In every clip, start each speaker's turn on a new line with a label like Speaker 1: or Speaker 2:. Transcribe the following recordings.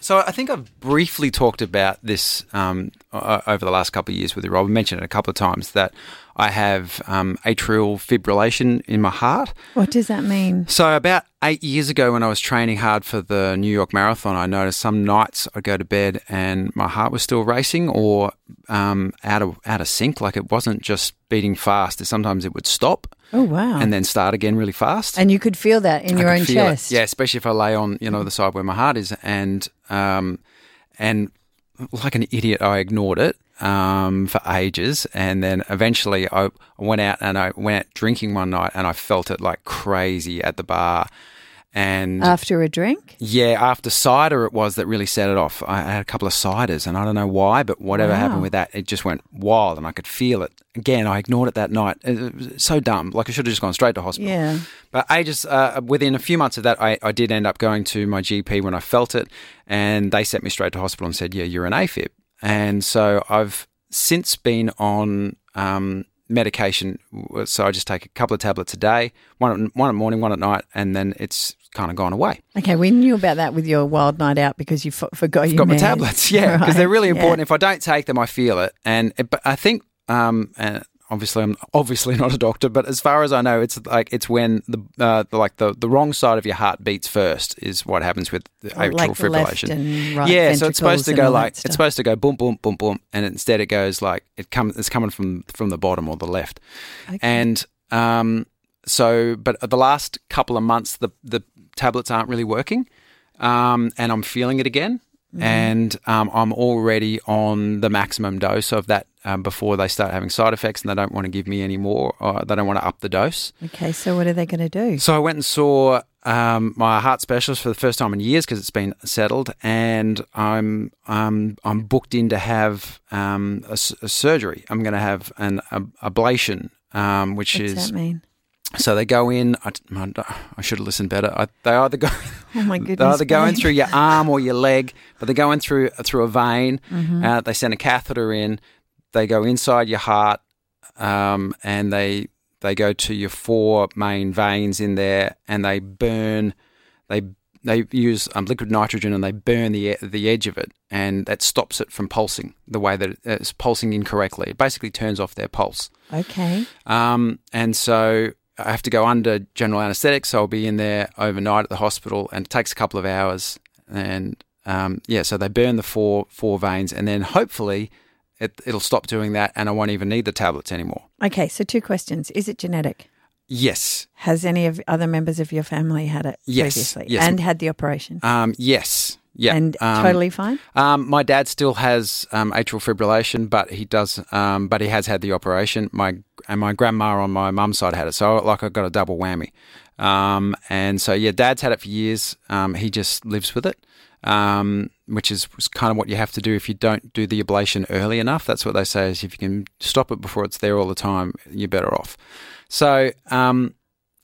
Speaker 1: So I think I've briefly talked about this um, o- over the last couple of years with you, Rob. I mentioned it a couple of times that I have um, atrial fibrillation in my heart.
Speaker 2: What does that mean?
Speaker 1: So about eight years ago, when I was training hard for the New York Marathon, I noticed some nights I'd go to bed and my heart was still racing or um, out of out of sync. Like it wasn't just beating fast. Sometimes it would stop
Speaker 2: Oh wow!
Speaker 1: and
Speaker 2: And,
Speaker 1: then start again really fast.
Speaker 2: you could feel that in
Speaker 1: I
Speaker 2: your
Speaker 1: can
Speaker 2: own
Speaker 1: feel it.
Speaker 2: chest.
Speaker 1: Yeah, especially if I lay on, you know, the side where my heart is, and um, and like an idiot, I ignored it um, for ages, and then eventually I I went out and I went out drinking one night, and I felt it like crazy at the bar, and.
Speaker 2: After a drink.
Speaker 1: yeah, after cider, it was that really set it off. I had a couple of ciders, and I don't know why, but whatever
Speaker 2: Wow.
Speaker 1: happened with that, it just went wild, and I could feel it. Again, I ignored it that night. It it was so dumb. Like I should have just gone straight to hospital.
Speaker 2: Yeah.
Speaker 1: But ages uh, within a few months of that, I, I did end up going to my GP when I felt it, and they sent me straight to hospital and said, "Yeah, you're an AFib." And so I've since been on um, medication. So I just take a couple of tablets a day, one one at morning, one at night, and then it's kind of gone away.
Speaker 2: Okay, we knew about that with your wild night out because you f- forgot you
Speaker 1: Got my tablets, yeah, because they're really important. If I don't take them, I feel it, and it, but I think, um, and obviously I'm obviously not a doctor, but as far as I know, it's like it's when the, uh, the like the, the wrong side of your heart beats first is what happens with the atrial
Speaker 2: Oh, like the left
Speaker 1: fibrillation.
Speaker 2: and right
Speaker 1: yeah, so it's supposed
Speaker 2: ventricles
Speaker 1: to
Speaker 2: and
Speaker 1: go
Speaker 2: all that
Speaker 1: like
Speaker 2: stuff.
Speaker 1: it's supposed to go boom, boom, boom, boom, and instead it goes like it comes it's coming from from the bottom or the left, and um, so but the last couple of months the the tablets aren't really working, um, and I'm feeling it again, and um, I'm already on the maximum dose of that um, before they start having side effects, and they don't want to give me any more. Or they don't want to up the dose.
Speaker 2: Okay, so what are they going to do?
Speaker 1: So I went and saw um, my heart specialist for the first time in years because it's been settled, and I'm um, I'm booked in to have um, a, s- a surgery. I'm going to have an ab- ablation, um, which
Speaker 2: What's
Speaker 1: is
Speaker 2: that mean?
Speaker 1: so they go in. I, I should have listened better. I, they either go
Speaker 2: Oh my
Speaker 1: they're
Speaker 2: goodness!
Speaker 1: either going
Speaker 2: babe.
Speaker 1: through your arm or your leg, but they're going through through a vein.
Speaker 2: Mm-hmm.
Speaker 1: Uh, they send a catheter in. They go inside your heart, um, and they they go to your four main veins in there, and they burn. They they use um, liquid nitrogen and they burn the e- the edge of it, and that stops it from pulsing the way that it's pulsing incorrectly. It basically turns off their pulse.
Speaker 2: Okay.
Speaker 1: Um, and so I have to go under general anaesthetic, so I'll be in there overnight at the hospital, and it takes a couple of hours. And um, yeah, so they burn the four four veins, and then hopefully it, it'll stop doing that, and I won't even need the tablets anymore.
Speaker 2: Okay, so two questions: Is it genetic?
Speaker 1: Yes,
Speaker 2: Has any of other members of your family had it
Speaker 1: Yes,
Speaker 2: previously
Speaker 1: yes.
Speaker 2: and had the operation
Speaker 1: um, yes, yeah,
Speaker 2: and
Speaker 1: um,
Speaker 2: totally fine?
Speaker 1: Um, my dad still has um, atrial fibrillation, but he does. Um, but he has had the operation. My and my grandma on my mum's side had it, so like I got a double whammy. Um, and so yeah, dad's had it for years. Um, he just lives with it, um, which is was kind of what you have to do if you don't do the ablation early enough. That's what they say is if you can stop it before it's there all the time, you're better off. So. Um,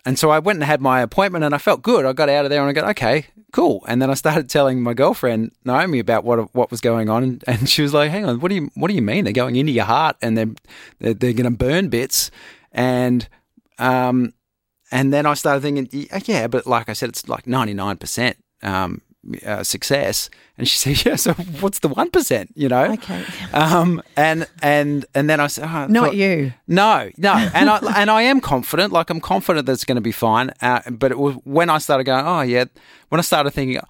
Speaker 1: and so I went and had my appointment and I felt good. I got out of there and I go, okay, cool. And then I started telling my girlfriend Naomi about what what was going on, and, and she was like, "Hang on, what do you what do you mean they're going into your heart and they're they're, they're going to burn bits?" And um, and then I started thinking, "Y- yeah, but like I said, it's like ninety nine percent um uh, success. And she said, yeah, so what's the one percent? You know?
Speaker 2: Okay.
Speaker 1: Um, and and and then I said, oh, I
Speaker 2: Not
Speaker 1: thought-
Speaker 2: you.
Speaker 1: no, no, and I and I am confident. Like I'm confident that it's going to be fine. Uh, but it was when I started going, oh yeah, when I started thinking,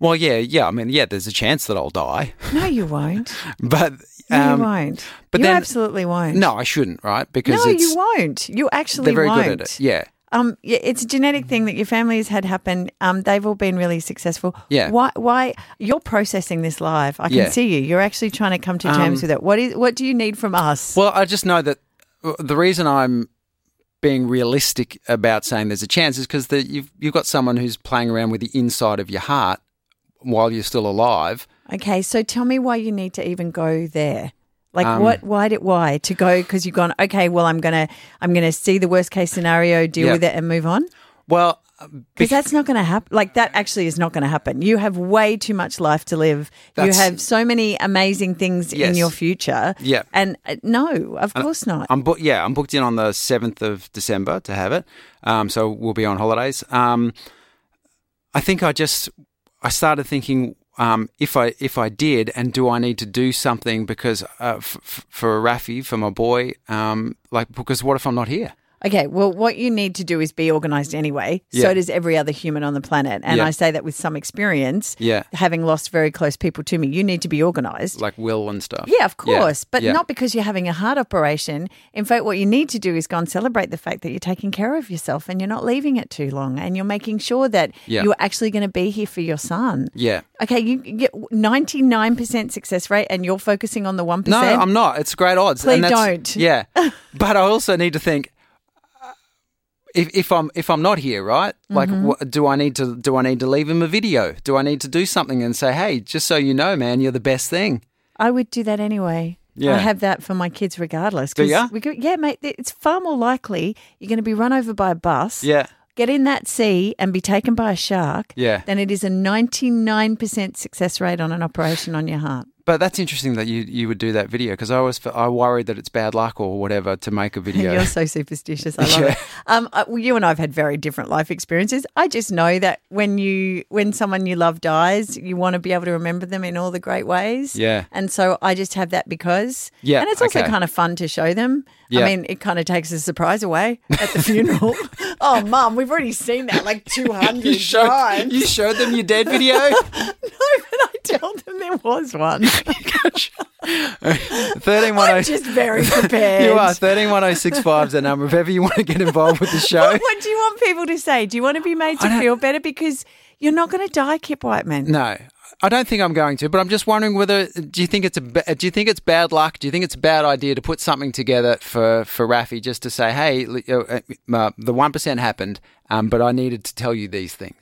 Speaker 1: well yeah, yeah. I mean yeah, there's a chance that I'll die,
Speaker 2: No, you won't.
Speaker 1: but
Speaker 2: No,
Speaker 1: um,
Speaker 2: you won't.
Speaker 1: but
Speaker 2: you
Speaker 1: then-
Speaker 2: absolutely won't.
Speaker 1: no, I shouldn't, right? Because
Speaker 2: No,
Speaker 1: it's,
Speaker 2: you won't. You
Speaker 1: they're
Speaker 2: actually
Speaker 1: very
Speaker 2: won't.
Speaker 1: good at it. Yeah,
Speaker 2: Um, yeah, it's a genetic thing that your family has had happen. Um, they've all been really successful.
Speaker 1: Yeah.
Speaker 2: Why? Why you're processing this live? I can
Speaker 1: Yeah. Um,
Speaker 2: see you. You're actually trying to come to terms with it. What is? What do you need from us?
Speaker 1: Well, I just know that uh, the reason I'm being realistic about saying there's a chance is because you've you've got someone who's playing around with the inside of your heart while you're still alive.
Speaker 2: okay, so tell me why you need to even go there. Like
Speaker 1: Um,
Speaker 2: what? Why did? Why to go? Because you've gone. Okay. Well, I'm gonna. I'm gonna see the worst case scenario, deal
Speaker 1: Yeah.
Speaker 2: with it, and move on.
Speaker 1: Well, uh,
Speaker 2: Because that's not going to happen. Like that actually is not going to happen. You have way too much life to live.
Speaker 1: That's-
Speaker 2: you have so many amazing things in
Speaker 1: Yes.
Speaker 2: your future.
Speaker 1: Yeah.
Speaker 2: And uh, no, of course not.
Speaker 1: I'm book yeah, I'm booked in on the seventh of December to have it. Um, so we'll be on holidays. Um, I think I just I started thinking um, if I if I did, and do I need to do something because uh, f- f- for Rafi, for my boy, um, like because what if I'm not here?
Speaker 2: Okay, well, what you need to do is be organized anyway.
Speaker 1: Yeah.
Speaker 2: So does every other human on the planet. And
Speaker 1: Yeah.
Speaker 2: I say that with some experience,
Speaker 1: Yeah,
Speaker 2: having lost very close people to me. You need to be organized.
Speaker 1: like will and stuff.
Speaker 2: yeah, of course, but
Speaker 1: yeah.
Speaker 2: not because you're having a heart operation. In fact, what you need to do is go and celebrate the fact that you're taking care of yourself and you're not leaving it too long and you're making sure that
Speaker 1: Yeah.
Speaker 2: you're actually going to be here for your son.
Speaker 1: Yeah.
Speaker 2: Okay, you get 99% success rate and you're focusing on the 1%.
Speaker 1: No, I'm not. It's great odds.
Speaker 2: Please
Speaker 1: and that's,
Speaker 2: don't.
Speaker 1: Yeah, but I also need to think. uh, If, if I'm if I'm not here, right? Like,
Speaker 2: Mm-hmm.
Speaker 1: wha- do I need to do I need to leave him a video? Do I need to do something and say, hey, just so you know, man, you're the best thing.
Speaker 2: I would do that anyway.
Speaker 1: Yeah.
Speaker 2: I have that for my kids regardless.
Speaker 1: Do
Speaker 2: 'cause
Speaker 1: ya?
Speaker 2: we go- yeah, mate. th- It's far more likely you're going to be run over by a bus,
Speaker 1: Yeah,
Speaker 2: get in that sea, and be taken by a shark
Speaker 1: yeah.
Speaker 2: than it is a 99% success rate on an operation on your heart.
Speaker 1: But that's interesting that you you would do that video because I always fe- I worried that it's bad luck or whatever to make a video.
Speaker 2: You're so superstitious. I love it. Um, I- well, you and I have had very different life experiences. I just know that when you when someone you love dies, you want to be able to remember them in all the great ways.
Speaker 1: Yeah.
Speaker 2: And so I just have that because.
Speaker 1: Yeah,
Speaker 2: And it's also
Speaker 1: okay.
Speaker 2: kind of fun to show them.
Speaker 1: Yeah.
Speaker 2: I mean, it kind of takes the surprise away at the funeral. oh, mum, we've already seen that like two
Speaker 1: You
Speaker 2: hundred
Speaker 1: showed,
Speaker 2: times.
Speaker 1: you showed them your dead video.
Speaker 2: no, but I tell them there was one.
Speaker 1: Thirteen one
Speaker 2: I'm
Speaker 1: oh.
Speaker 2: just very prepared.
Speaker 1: You are thirteen one oh six five is the number. If ever you want to get involved with the show,
Speaker 2: What, what do you want people to say? Do you want to be made to feel better? Because you're not going to die, Kip Whiteman.
Speaker 1: no, I don't think I'm going to. But I'm just wondering whether do you think it's a ba- do you think it's bad luck? Do you think it's a bad idea to put something together for for Rafi uh, just to say, hey, l- uh, uh, the one percent happened, um, but I needed to tell you these things.